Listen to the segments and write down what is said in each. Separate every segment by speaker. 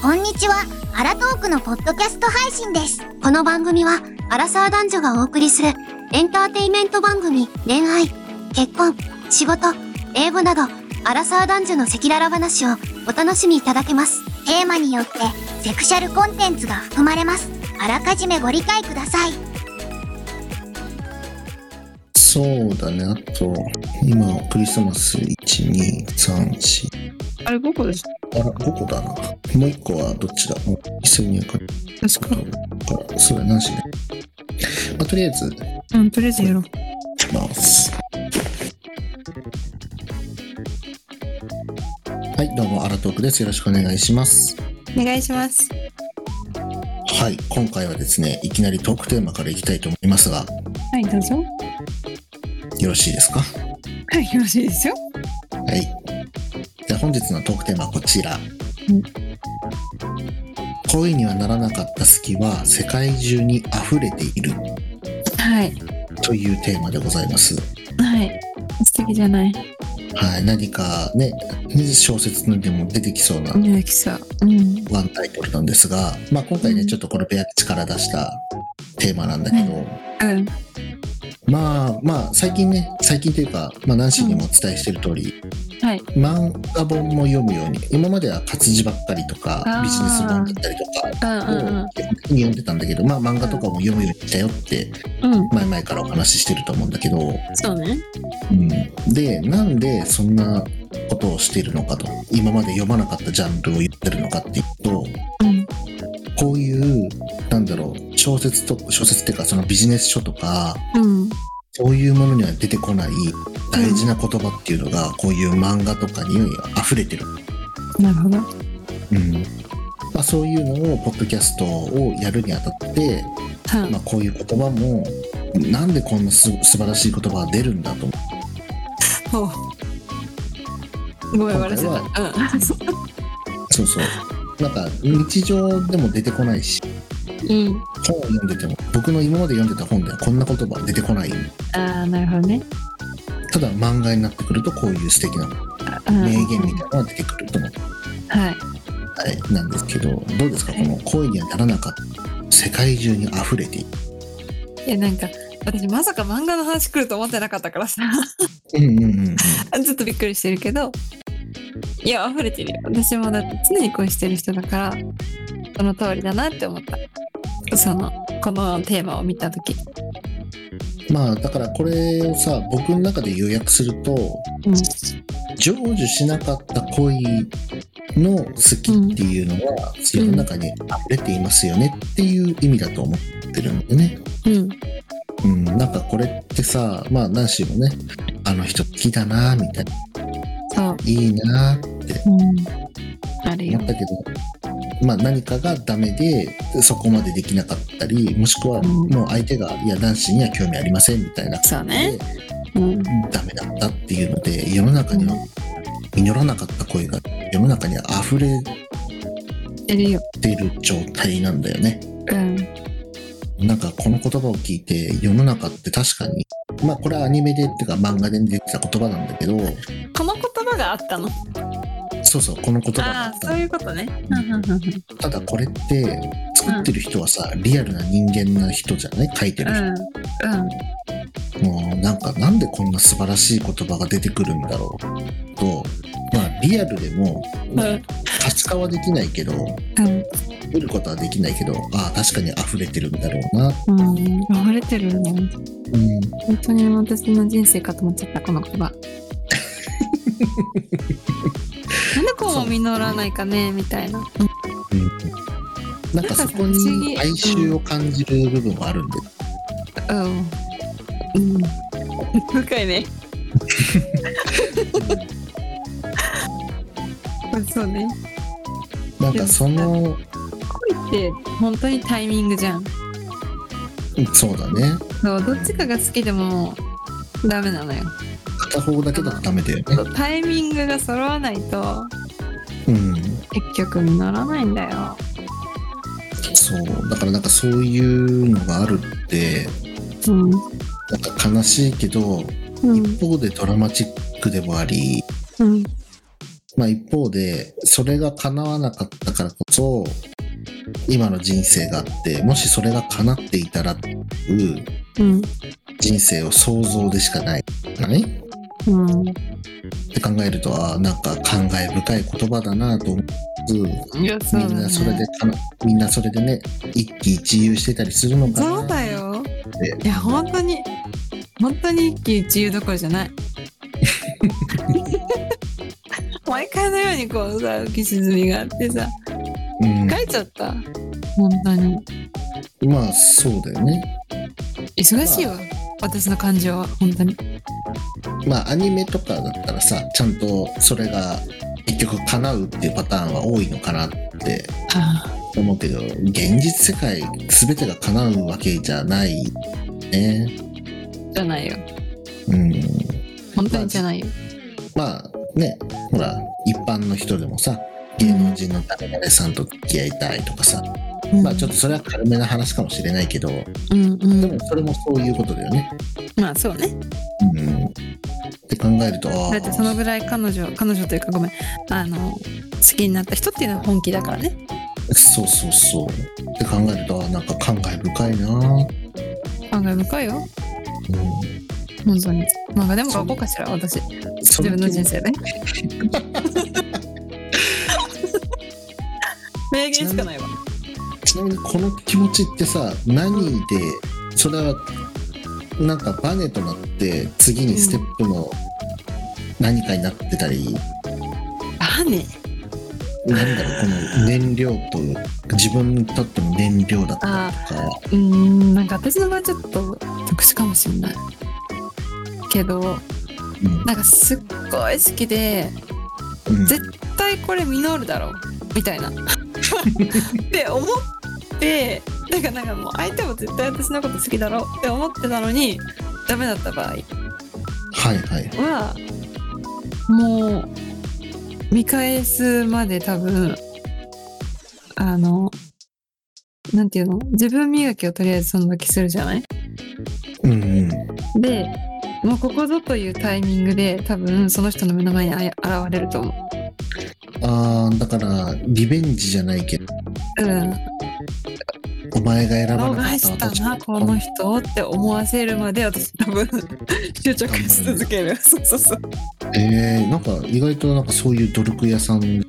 Speaker 1: こんにちは。アラトークのポッドキャスト配信です。この番組は、アラサー男女がお送りするエンターテイメント番組、恋愛、結婚、仕事、英語など、アラサー男女の赤裸々話をお楽しみいただけます。テーマによって、セクシャルコンテンツが含まれます。あらかじめご理解ください。
Speaker 2: そうだね、あと、今、クリスマス1、2、3、4。
Speaker 3: あれ5個です。
Speaker 2: あら、5個だな。もう1個はどっちだもう一緒にやかる
Speaker 3: 確か。
Speaker 2: から、それなしね。まあ、とりあえず、い
Speaker 3: うん、とりあえずやろう。
Speaker 2: きます。はい、どうも、アラトークです。よろしくお願いします。
Speaker 3: お願いします。
Speaker 2: はい、今回はですね、いきなりトークテーマからいきたいと思いますが、
Speaker 3: はい、どうぞ。
Speaker 2: よろしいですか
Speaker 3: はい、よろしいですよ。
Speaker 2: はい。じゃあ本日のトークテーマはこちら。
Speaker 3: うん
Speaker 2: 恋にはならなかった隙は世界中に溢れている
Speaker 3: はい。
Speaker 2: というテーマでございます。
Speaker 3: はい。素敵じゃない。
Speaker 2: はい。何かね、小説にでも出てきそうな
Speaker 3: 出てきそう。うん。
Speaker 2: ワンタイトルなんですが、まあ今回
Speaker 3: う
Speaker 2: ね、
Speaker 3: ん
Speaker 2: ちょっとこのペア力出したテーマなんだけど、
Speaker 3: うん。
Speaker 2: まあまあ最近ね、最近というか、まあ何ンにもお伝えしてる通り、
Speaker 3: はい。
Speaker 2: 漫画本も読むように今までは活字ばっかりとか
Speaker 3: あー
Speaker 2: ビジネス本だったりとか
Speaker 3: うん
Speaker 2: を基本的に読んでたんだけど、まあ、漫画とかも読むようにしたよって
Speaker 3: うん。うん。
Speaker 2: 前々からお話ししてると思うんだけど、
Speaker 3: そうね。
Speaker 2: うん、でなんでそんなことをしているのかと今まで読まなかったジャンルを言ってるのかっていうと
Speaker 3: うん。
Speaker 2: こういうなんだろう小説と小説っていうかそのビジネス書とか
Speaker 3: うん。
Speaker 2: そういうものには出てこない大事な言葉っていうのがこういう漫画とかに溢れてる
Speaker 3: なるほど。
Speaker 2: うんまあ、そういうのをポッドキャストをやるにあたって、
Speaker 3: は
Speaker 2: まあ、こういう言葉もなんでこんなす素晴らしい言葉が出るんだと思って
Speaker 3: ほう。ごめん、笑っちゃ
Speaker 2: 今
Speaker 3: った。う
Speaker 2: そうそうなんか日常でも出てこないし
Speaker 3: ん。うん。
Speaker 2: 本を読んでても僕の今まで読んでた本ではこんな言葉は出てこない
Speaker 3: ああ、なるほどね。
Speaker 2: ただ漫画になってくるとこういう素敵な
Speaker 3: うん
Speaker 2: 名言みたいなのが出てくると思って、
Speaker 3: はい。
Speaker 2: はい、なんですけどどうですかこの恋にはならなかった世界中に溢れている
Speaker 3: いや、なんか、私まさか漫画の話来ると思ってなかったからさ。
Speaker 2: うんうんうんうん
Speaker 3: ちょっとびっくりしてるけどいや溢れてるよ私もだって常に恋してる人だからその通りだなって思ったそのこのテーマを見た時
Speaker 2: まあだからこれをさ僕の中で予約すると
Speaker 3: うん
Speaker 2: 成就しなかった恋の好きっていうのは世の中に溢れていますよねっていう意味だと思ってるんでね、
Speaker 3: うん
Speaker 2: うん、なんかこれってさまあナンシーもねあの人好きだなみたいな
Speaker 3: そう、
Speaker 2: いいなって
Speaker 3: うん、あ
Speaker 2: 思
Speaker 3: るよ
Speaker 2: ったけど、まあ、何かがダメでそこまでできなかったりもしくは
Speaker 3: うん
Speaker 2: もう相手が「いや男子には興味ありません」みたいな
Speaker 3: そうね
Speaker 2: で
Speaker 3: うん
Speaker 2: ダメだったっていうので世の中には実らなかった恋が世の中に溢れ
Speaker 3: いるよ
Speaker 2: てる状態なんだよね。
Speaker 3: うん
Speaker 2: なんかこの言葉を聞いて世の中って確かにまあこれはアニメでっていうか漫画で出てた言葉なんだけど
Speaker 3: この言葉があったの
Speaker 2: そうそうこの言葉だ
Speaker 3: あ
Speaker 2: っ
Speaker 3: あそう
Speaker 2: た
Speaker 3: いうことね
Speaker 2: ただこれって作ってる人はさリアルな人間な人じゃない書いて
Speaker 3: う
Speaker 2: る人、
Speaker 3: ん
Speaker 2: もうなんかなんでこんな素晴らしい言葉が出てくるんだろうとまあリアルでも、まあ
Speaker 3: うん
Speaker 2: 可視化はできないけど
Speaker 3: うん
Speaker 2: 見ることはできないけどああ確かに溢れてるんだろうな、
Speaker 3: うん溢れてるよね
Speaker 2: うん、
Speaker 3: 本当に私の人生かと思っちゃったこの 言葉なんでこうも実らないかねみたいな
Speaker 2: なんかそこに哀愁を感じる部分はあるんで、
Speaker 3: うんうん深いねそうね
Speaker 2: なんかその
Speaker 3: 恋って本当にタイミングじゃん
Speaker 2: そうだね
Speaker 3: そうどっちかが好きでもダメなのよ
Speaker 2: 片方だけだとダメだよね
Speaker 3: タイミングが揃わないと
Speaker 2: うん
Speaker 3: 結局実らないんだよ
Speaker 2: そうだからなんかそういうのがあるって
Speaker 3: うん
Speaker 2: なんか悲しいけど
Speaker 3: うん
Speaker 2: 一方でドラマチックでもあり
Speaker 3: うん
Speaker 2: まあ一方でそれが叶わなかったからこそ今の人生があってもしそれが叶っていたらっていう
Speaker 3: うん
Speaker 2: 人生を想像でしかないないっ
Speaker 3: うん
Speaker 2: て考えるとあーなんか感慨深い言葉だなと思う
Speaker 3: いやそうだ
Speaker 2: み
Speaker 3: ね
Speaker 2: んなそれでかなみんなそれでね一喜一憂してたりするのかな
Speaker 3: そうだよ
Speaker 2: っ
Speaker 3: い
Speaker 2: て
Speaker 3: や本当に本当に一喜一憂どころじ ゃない毎回のようにこうさ浮き沈みがあってさ
Speaker 2: うん
Speaker 3: 疲れちゃった本当に
Speaker 2: まあそうだよね
Speaker 3: 忙しいわ私の感情は本当に
Speaker 2: まあアニメとかだったらさちゃんとそれが結局叶うっていうパターンは多いのかなって
Speaker 3: あ
Speaker 2: 思うけど現実世界全てが叶うわけじゃないね
Speaker 3: ーじゃないよ
Speaker 2: うん
Speaker 3: 本当にじゃないよ
Speaker 2: まあねほら一般の人でもさ芸能人の誰々さんと付き合いたいとかさ、まあちょっとそれは軽めな話かもしれないけどで
Speaker 3: うんうん
Speaker 2: もそれもそういうことだよね
Speaker 3: まあそうね
Speaker 2: うんって考えるとあ
Speaker 3: だってその
Speaker 2: あ
Speaker 3: ぐらい彼女彼女というかごめんあの好きになった人っていうのは本気だからね
Speaker 2: そうそうそうって考えるとああなんか感慨深いな
Speaker 3: 考え深いよ
Speaker 2: うん
Speaker 3: 本当に漫画でも書こうかしら私自分の人生で名言しかないわ
Speaker 2: ちなみにこの気持ちってさ何でそれはなんかバネとなって次にステップの何かになってたり、
Speaker 3: バネ
Speaker 2: なんだろうこの燃料と自分にとっての燃料だったりとか
Speaker 3: うーんなんか私の場合ちょっと特殊かもしれないけど
Speaker 2: うん
Speaker 3: なんかすっごい好きで
Speaker 2: うん
Speaker 3: 絶対これ実るだろうみたいなって思ってだからなんかもう相手も絶対私のこと好きだろうって思ってたのにダメだった場合
Speaker 2: はいはい
Speaker 3: はもう見返すまで多分あのなんていうの自分磨きをとりあえずその時するじゃない
Speaker 2: うんうん
Speaker 3: でもうここぞというタイミングで多分その人の目の前にあや現れると思
Speaker 2: あーだからリベンジじゃないけど
Speaker 3: う。うん、
Speaker 2: お前が選ば
Speaker 3: 顔
Speaker 2: なか
Speaker 3: が入
Speaker 2: っ
Speaker 3: ったた
Speaker 2: 私
Speaker 3: なこの人をって思わせるまで私多分 執着し続ける。そうそうそう。
Speaker 2: えー、なんか意外となんかそういう努力屋さんね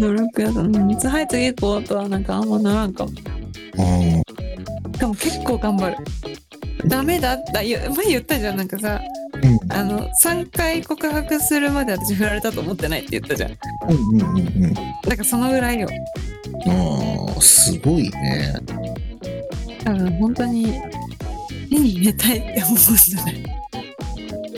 Speaker 3: 努力やだな。はい次行こうとはなんかあんまならんかも。
Speaker 2: うん
Speaker 3: でも結構頑張る。ダメだったいや前言ったじゃんなんかさ
Speaker 2: うん
Speaker 3: あの3回告白するまで私振られたと思ってないって言ったじゃん
Speaker 2: うんうんうんうん
Speaker 3: だからそのぐらいよ
Speaker 2: ああ、すごいね。
Speaker 3: 多分本当に手に入れたいって思うんじゃない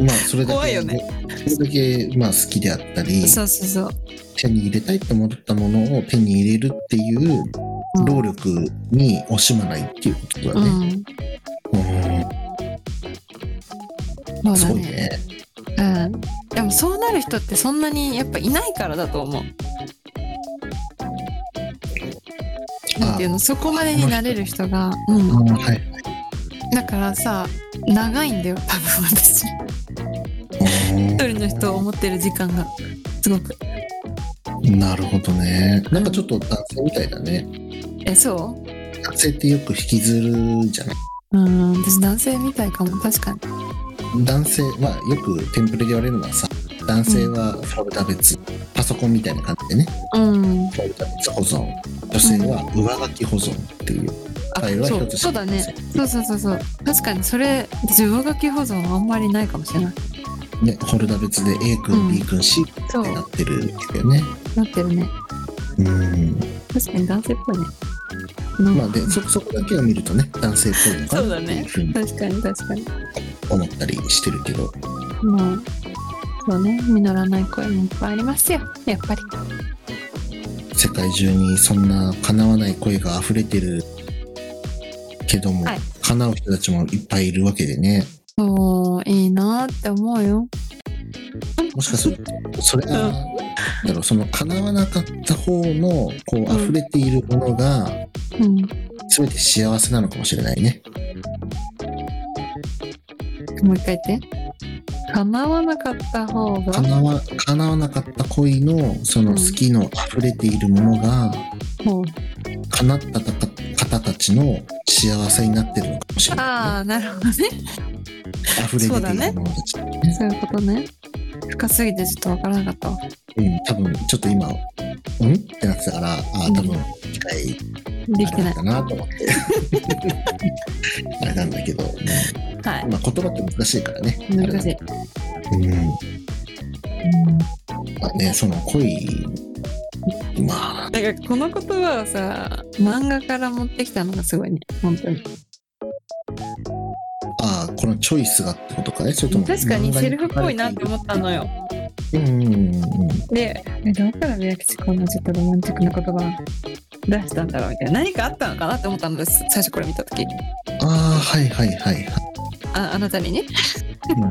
Speaker 2: まあ、それだけ、
Speaker 3: 怖いよね
Speaker 2: それだけ、まあ、好きであったり、
Speaker 3: そうそうそう
Speaker 2: 手に入れたいと思ったものを手に入れるっていう
Speaker 3: うん
Speaker 2: 労力に惜しまないっていうことだね。
Speaker 3: うん
Speaker 2: うん、
Speaker 3: そう
Speaker 2: す
Speaker 3: だ
Speaker 2: ごい
Speaker 3: ね
Speaker 2: ね。
Speaker 3: うんでもそうなる人ってそんなにやっぱいないからだと思うなんていうのそこまでになれる人が、う
Speaker 2: あ
Speaker 3: ん、
Speaker 2: ーはい。
Speaker 3: だからさ長いんだよ多分私一人の人を思ってる時間がすごく
Speaker 2: うんなるほどね。なんかちょっと男性みたいだね。
Speaker 3: えそ
Speaker 2: 男性ってよく引きずるじゃない。
Speaker 3: ううん私男性みたいかも確かに
Speaker 2: 男性、まあ、よくテンプレで言われるのはさ、男性はファブタ別、パソコンみたいな感じでね。
Speaker 3: うん
Speaker 2: ファブタ別保存。女性は上書き保存っていう。
Speaker 3: あ
Speaker 2: 会話
Speaker 3: そ
Speaker 2: 一
Speaker 3: う
Speaker 2: つし
Speaker 3: そ
Speaker 2: か
Speaker 3: うだ
Speaker 2: ないで
Speaker 3: ね
Speaker 2: すよ
Speaker 3: そうそうそうそう確かにそれ私上書き保存はあんまりないかもしれない
Speaker 2: ね、ホルダ別で A 君、
Speaker 3: うん
Speaker 2: B 君 C っ
Speaker 3: そう
Speaker 2: てなってるけどね。
Speaker 3: なってるね
Speaker 2: うん。
Speaker 3: 確かに男性っぽいねなんか
Speaker 2: まあでそそこだけを見るとね男性っぽいのか
Speaker 3: そう
Speaker 2: なっ
Speaker 3: だね
Speaker 2: ていうふうに
Speaker 3: 確かに確かに
Speaker 2: 思ったりしてるけど、
Speaker 3: もうそうね実らない声もいっぱいありますよやっぱり
Speaker 2: 世界中にそんな叶わない声が溢れてるけども、
Speaker 3: はい
Speaker 2: 叶う人たちもいっぱいいるわけでね
Speaker 3: そういいなって思うよ
Speaker 2: もしかするとそれが、
Speaker 3: うん
Speaker 2: だろうその叶わなかった方のこう溢れているものが
Speaker 3: うん
Speaker 2: 全て幸せなのかもしれないね。
Speaker 3: もう一回言って叶わなかった方が
Speaker 2: 叶わ叶わなかった恋のその好きの溢れているものが
Speaker 3: ほう
Speaker 2: 叶った方方たちの幸せになってるのかもしれな
Speaker 3: ああなるほどね
Speaker 2: い、溢れ出ているものたち、
Speaker 3: そういうことね深すぎてちょっとわからなかったわ
Speaker 2: うん多分ちょっと今「ん?」ってなってたからああ多分理解
Speaker 3: できてない
Speaker 2: だなと思ってあれなんだけど、
Speaker 3: は
Speaker 2: まあ、言葉って難しいからね
Speaker 3: い難しい、
Speaker 2: うん
Speaker 3: うん
Speaker 2: まあね、その恋、まあ、
Speaker 3: なんかこの言葉をさ漫画から持ってきたのがすごいね本当に
Speaker 2: ああ、このチョイスがってことかね、ちょっとも
Speaker 3: 確かにセルフっぽいなって思ったのよ
Speaker 2: うんうんうんうん。
Speaker 3: でえどこから宮吉こんなちょっとロマンチックな言葉出したんだろうみたいな何かあったのかなって思ったのです最初これ見た時
Speaker 2: ああ、はいはいはいはい。
Speaker 3: ああなたにね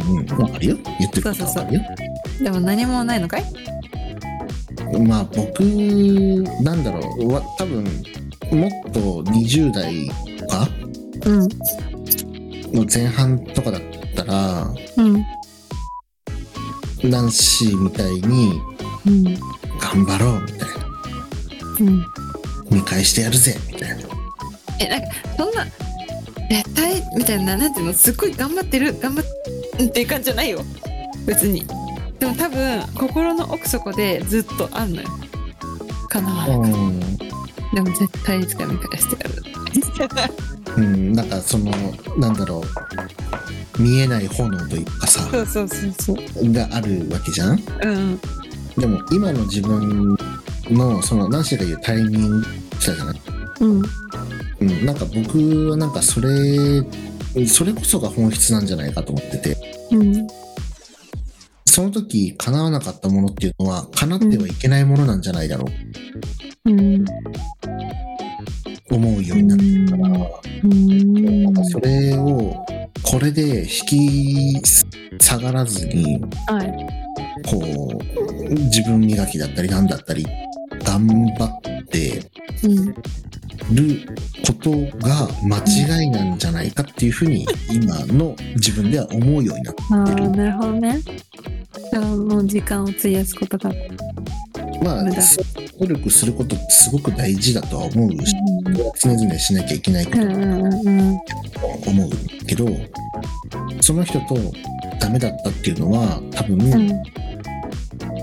Speaker 2: うんうん、わかるよ。言ってること
Speaker 3: そう
Speaker 2: わ
Speaker 3: そうそう
Speaker 2: かるよ。
Speaker 3: でも何もないのかい
Speaker 2: まあ、僕、なんだろう、わ多分もっと20代とか
Speaker 3: うん
Speaker 2: の前半とかだったら、
Speaker 3: うん
Speaker 2: ナンシーみたいに、
Speaker 3: うん
Speaker 2: 頑張ろうみたいな。
Speaker 3: うん
Speaker 2: 見返してやるぜみたいな。
Speaker 3: えなんかそんな絶対みたいななんていうのすっごい頑張ってる頑張っっていう感じじゃないよ別にでも多分心の奥底でずっとあんのよかなわない
Speaker 2: うん
Speaker 3: でも絶対いつか見返してやる
Speaker 2: うん、なんかそのなんだろう見えない炎というかさ
Speaker 3: そうそうそうそう
Speaker 2: があるわけじゃん
Speaker 3: うん
Speaker 2: でも今の自分のその何しが言うタイミングしたじゃない、
Speaker 3: うん
Speaker 2: うん、なんか僕はなんかそれそれこそが本質なんじゃないかと思ってて
Speaker 3: うん
Speaker 2: その時叶わなかったものっていうのは叶ってはいけないものなんじゃないだろう、
Speaker 3: うん
Speaker 2: 思うようになってたから、
Speaker 3: うん
Speaker 2: なんかそれをこれで引き下がらずに
Speaker 3: はい
Speaker 2: こう自分磨きだったりなんだったり頑張って
Speaker 3: うん
Speaker 2: ることが間違いなんじゃないかっていうふうに今の自分では思うようになっ
Speaker 3: ああなるほどねあもう時間を費やすことが、
Speaker 2: たまあ
Speaker 3: 無駄
Speaker 2: 努力することってすごく大事だとは思うし常々しなきゃいけないこ
Speaker 3: う
Speaker 2: と
Speaker 3: ん
Speaker 2: だ
Speaker 3: うんうん
Speaker 2: とは思うけどその人とダメだったっていうのは多
Speaker 3: う
Speaker 2: 分
Speaker 3: ん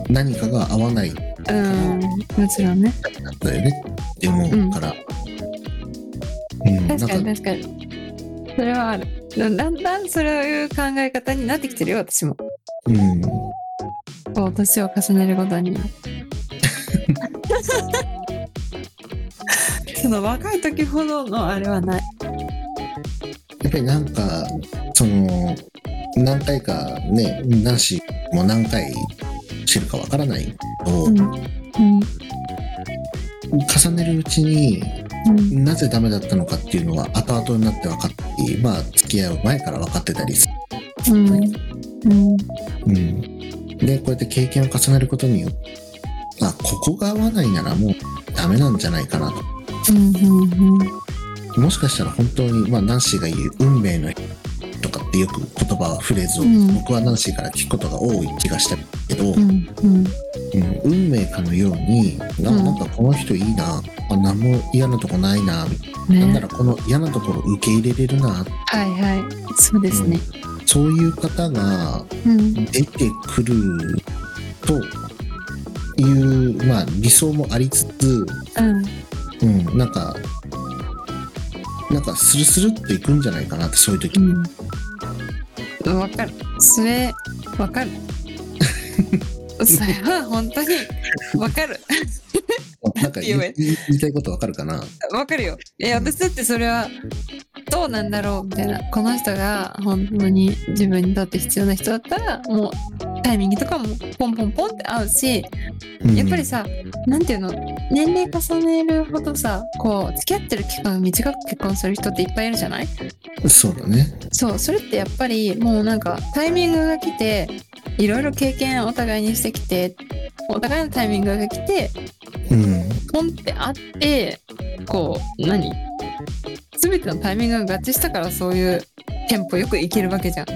Speaker 2: 何かが合わないだ
Speaker 3: うんもちろんね
Speaker 2: ったよねって思うから。うんなん
Speaker 3: 確か
Speaker 2: か
Speaker 3: に確かにそれはあるだだんだんそういう考え方になってきてるよ私も
Speaker 2: うん
Speaker 3: こう年を重ねるごとに その若い時ほどのあれはない
Speaker 2: やっぱりなんかその何回かね何しもう何回知るかわからないけど、
Speaker 3: うんうん
Speaker 2: 重ねるうちに
Speaker 3: うん
Speaker 2: なぜダメだったのかっていうのは後々になって分かってまあ付き合う前から分かってたりす
Speaker 3: うんうん
Speaker 2: る、うん、でこうやって経験を重ねることによってあここが合わないならもうダメなんじゃないかなと
Speaker 3: うんうん
Speaker 2: もしかしたら本当にまあナンシーが言う運命の人とかってよく言葉フレーズを
Speaker 3: うん
Speaker 2: 僕はナンシーから聞くことが多い気がしたけど、
Speaker 3: うんうん
Speaker 2: うん運命かのようにな
Speaker 3: うん
Speaker 2: なんかこの人いいな、あ何も嫌なとこないな、なんな
Speaker 3: ね
Speaker 2: らこの嫌なところ受け入れれるな
Speaker 3: はいはいそうですね
Speaker 2: そういう方が
Speaker 3: うん
Speaker 2: 出てくるという、まあ、理想もありつつ、
Speaker 3: うん
Speaker 2: うん、なんかなんかスルスルっといくんじゃないかなってそういう 時、
Speaker 3: うん。わかる。それ、わ かる。それは本当にわかる。
Speaker 2: なんか言い
Speaker 3: 言え
Speaker 2: 言い言いたいことわかるかな
Speaker 3: わかるよ。いや、私だってそれは、どうなんだろうみたいな。この人が本当に自分にとって必要な人だったら、もうタイミングとかもポンポンポンって合うし、
Speaker 2: うん
Speaker 3: やっぱりさ、なんていうの、年齢重ねるほどさ、こう、付き合ってる期間短く結婚する人っていっぱいいるじゃない
Speaker 2: そうだね
Speaker 3: そうそれってやっぱりもうなんかタイミングが来ていろいろ経験お互いにしてきてお互いのタイミングが来て
Speaker 2: うん
Speaker 3: ポンってあってこう何全てのタイミングが合致したからそういうテンポよくいけるわけじゃん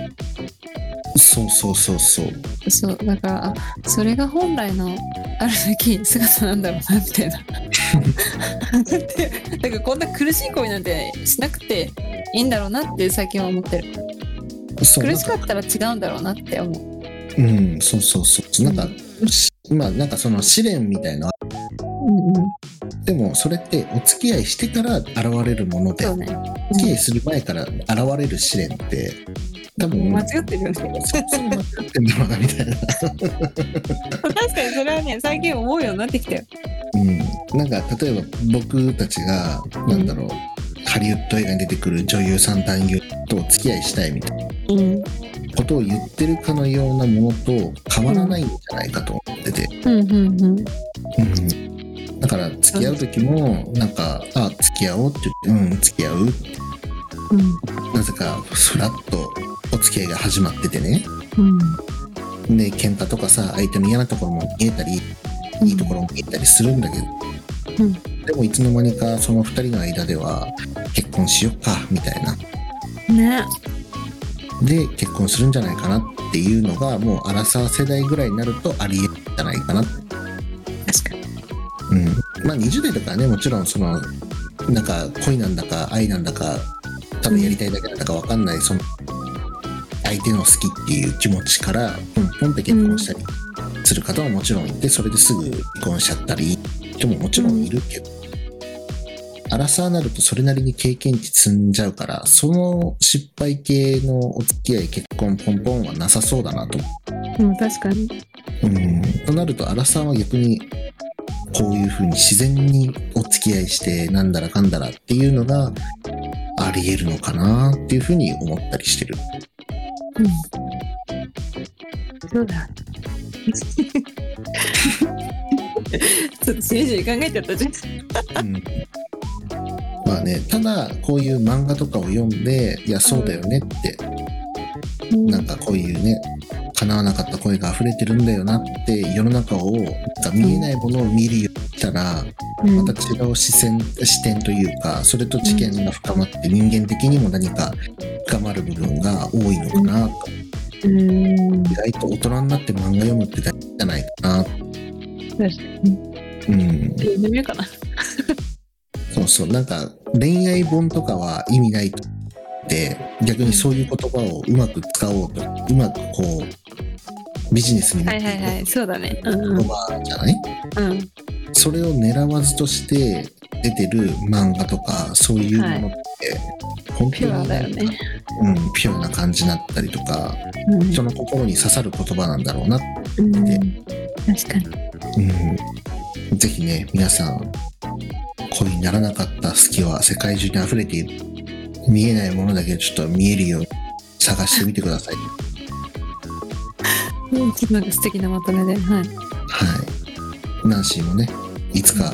Speaker 2: そうそうそうそう
Speaker 3: そうだからあそれが本来のあるべき姿なんだろうなみた いな。ってなんかこんな苦しい恋なんてしなくていいんだろうなって最近は思ってる
Speaker 2: そう
Speaker 3: 苦しかったら違うんだろうなって思う
Speaker 2: うん、そうそうそう。なんか、しまあなんかその試練みたいな。
Speaker 3: うんうん
Speaker 2: でもそれってお付き合いしてから現れるもので、
Speaker 3: そう
Speaker 2: お
Speaker 3: ね
Speaker 2: 付き合いする前から現れる試練って、多分、
Speaker 3: 間違ってるよね
Speaker 2: そうそう間違ってんだろうなみたいな。
Speaker 3: 確かにそれはね最近思うようになってきたよ
Speaker 2: うん、なんか例えば僕たちがなんだろう、ハリウッド映画に出てくる女優さん男優とお付き合いしたいみたい
Speaker 3: うん
Speaker 2: なことを言ってるかのようなものと変わらないんじゃないかと思ってて、
Speaker 3: うんうんうん
Speaker 2: うん、だから付き合う時もなんか「あ付き合おう」って言って「うん付き合う」なぜかフラッとお付き合いが始まっててね
Speaker 3: うん
Speaker 2: で喧嘩とかさ相手の嫌なところも見えたりいいところも見えたりするんだけど、
Speaker 3: うん
Speaker 2: でもいつの間にかその2人の間では結婚しよっかみたいな
Speaker 3: ね
Speaker 2: で結婚するんじゃないかなっていうのがもうアラサー世代ぐらいになるとありえるんじゃないかな
Speaker 3: 確かに
Speaker 2: うんまあ20代とかはねもちろんそのなんか恋なんだか愛なんだかただやりたいだけなんだか分かんないその相手の好きっていう気持ちからポンポンって結婚したりする方ももちろんいてそれですぐ離婚しちゃったり人ももちろんいるけど。アラサーになるとそれなりに経験値積んじゃうからその失敗系のお付き合い結婚ポンポンはなさそうだなと
Speaker 3: うん確かに
Speaker 2: うん、となると、アラさんは逆に、こういうふうに自然にお付き合いして、なんだらかんだらっていうのがあり得るのかなっていうふうに思ったりしてる。
Speaker 3: うんそうだちょっとしみじみ考えちゃったじゃん
Speaker 2: うんまあね、ただ、こういう漫画とかを読んで、いや、そうだよねって、なんかこういうね、叶わなかった声が溢れてるんだよなって、世の中を、なんか見えないものを見るようにしたら、
Speaker 3: うん
Speaker 2: また違う視線視点というかそれと知見が深まって人間的にも何か深まる部分が多いのかなと
Speaker 3: うん
Speaker 2: 意外と大人になって漫画読むって大事じゃないかな
Speaker 3: 確かに
Speaker 2: うん
Speaker 3: 読んでみようかな
Speaker 2: そうそうなんか恋愛本とかは意味ないって逆にそういう言葉をうまく使おうとうまくこうビジネスに持っ
Speaker 3: は
Speaker 2: て
Speaker 3: い
Speaker 2: い
Speaker 3: はいはい、そうだね。う
Speaker 2: く
Speaker 3: んう
Speaker 2: 言
Speaker 3: ん。
Speaker 2: 葉じゃない
Speaker 3: うん。
Speaker 2: それを狙わずとして出てる漫画とかそういうものって、本当
Speaker 3: ピ
Speaker 2: に
Speaker 3: ュアだよね。
Speaker 2: うん、ピュアな感じだったりとか
Speaker 3: うん
Speaker 2: 人の心に刺さる言葉なんだろうな、
Speaker 3: うん確かに。
Speaker 2: うん、ぜひね皆さん恋にならなかった隙は世界中に溢れている見えないものだけどちょっと見えるように探してみてください
Speaker 3: うんなんか素敵なまとめで。はい。
Speaker 2: はいナンシーもねいつか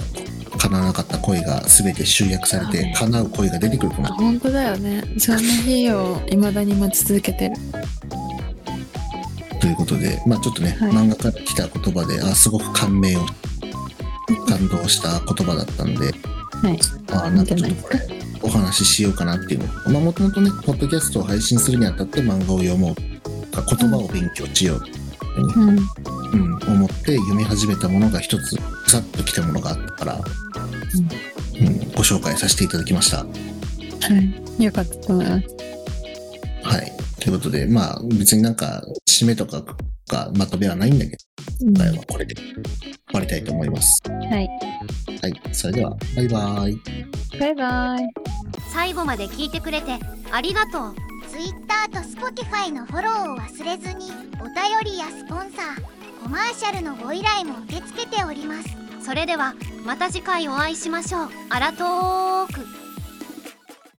Speaker 2: 叶わなかった恋が全て集約され
Speaker 3: は
Speaker 2: て
Speaker 3: い
Speaker 2: 叶う恋が出てくると思う
Speaker 3: 本当だよね。そんな日を未だに待ち続けてる。
Speaker 2: ということで、まあ、ちょっとね、
Speaker 3: はい
Speaker 2: 漫画から来た言葉であすごく感銘を感動した言葉だったんで、
Speaker 3: はい。
Speaker 2: あなんかちょっとこれお話ししようかなっていうのまあもともとねポッドキャストを配信するにあたって漫画を読もうとか言葉を勉強しようと、
Speaker 3: うん。
Speaker 2: うん思って読み始めたものが一つさっときたものがあったから、うんご紹介させていただきました。
Speaker 3: はい。よかったと思います。
Speaker 2: はい、ということでまあ別になんか締めとかがまとめはないんだけど
Speaker 3: うん
Speaker 2: 今回はこれで終わりたいと思います。
Speaker 3: はい。
Speaker 2: はい、それではバイバーイ。
Speaker 3: バイバイ。
Speaker 1: 最後まで聞いてくれてありがとう Twitter と Spotify のフォローを忘れずにお便りやスポンサーコマーシャルのご依頼も受け付けておりますそれではまた次回お会いしましょうあらとーく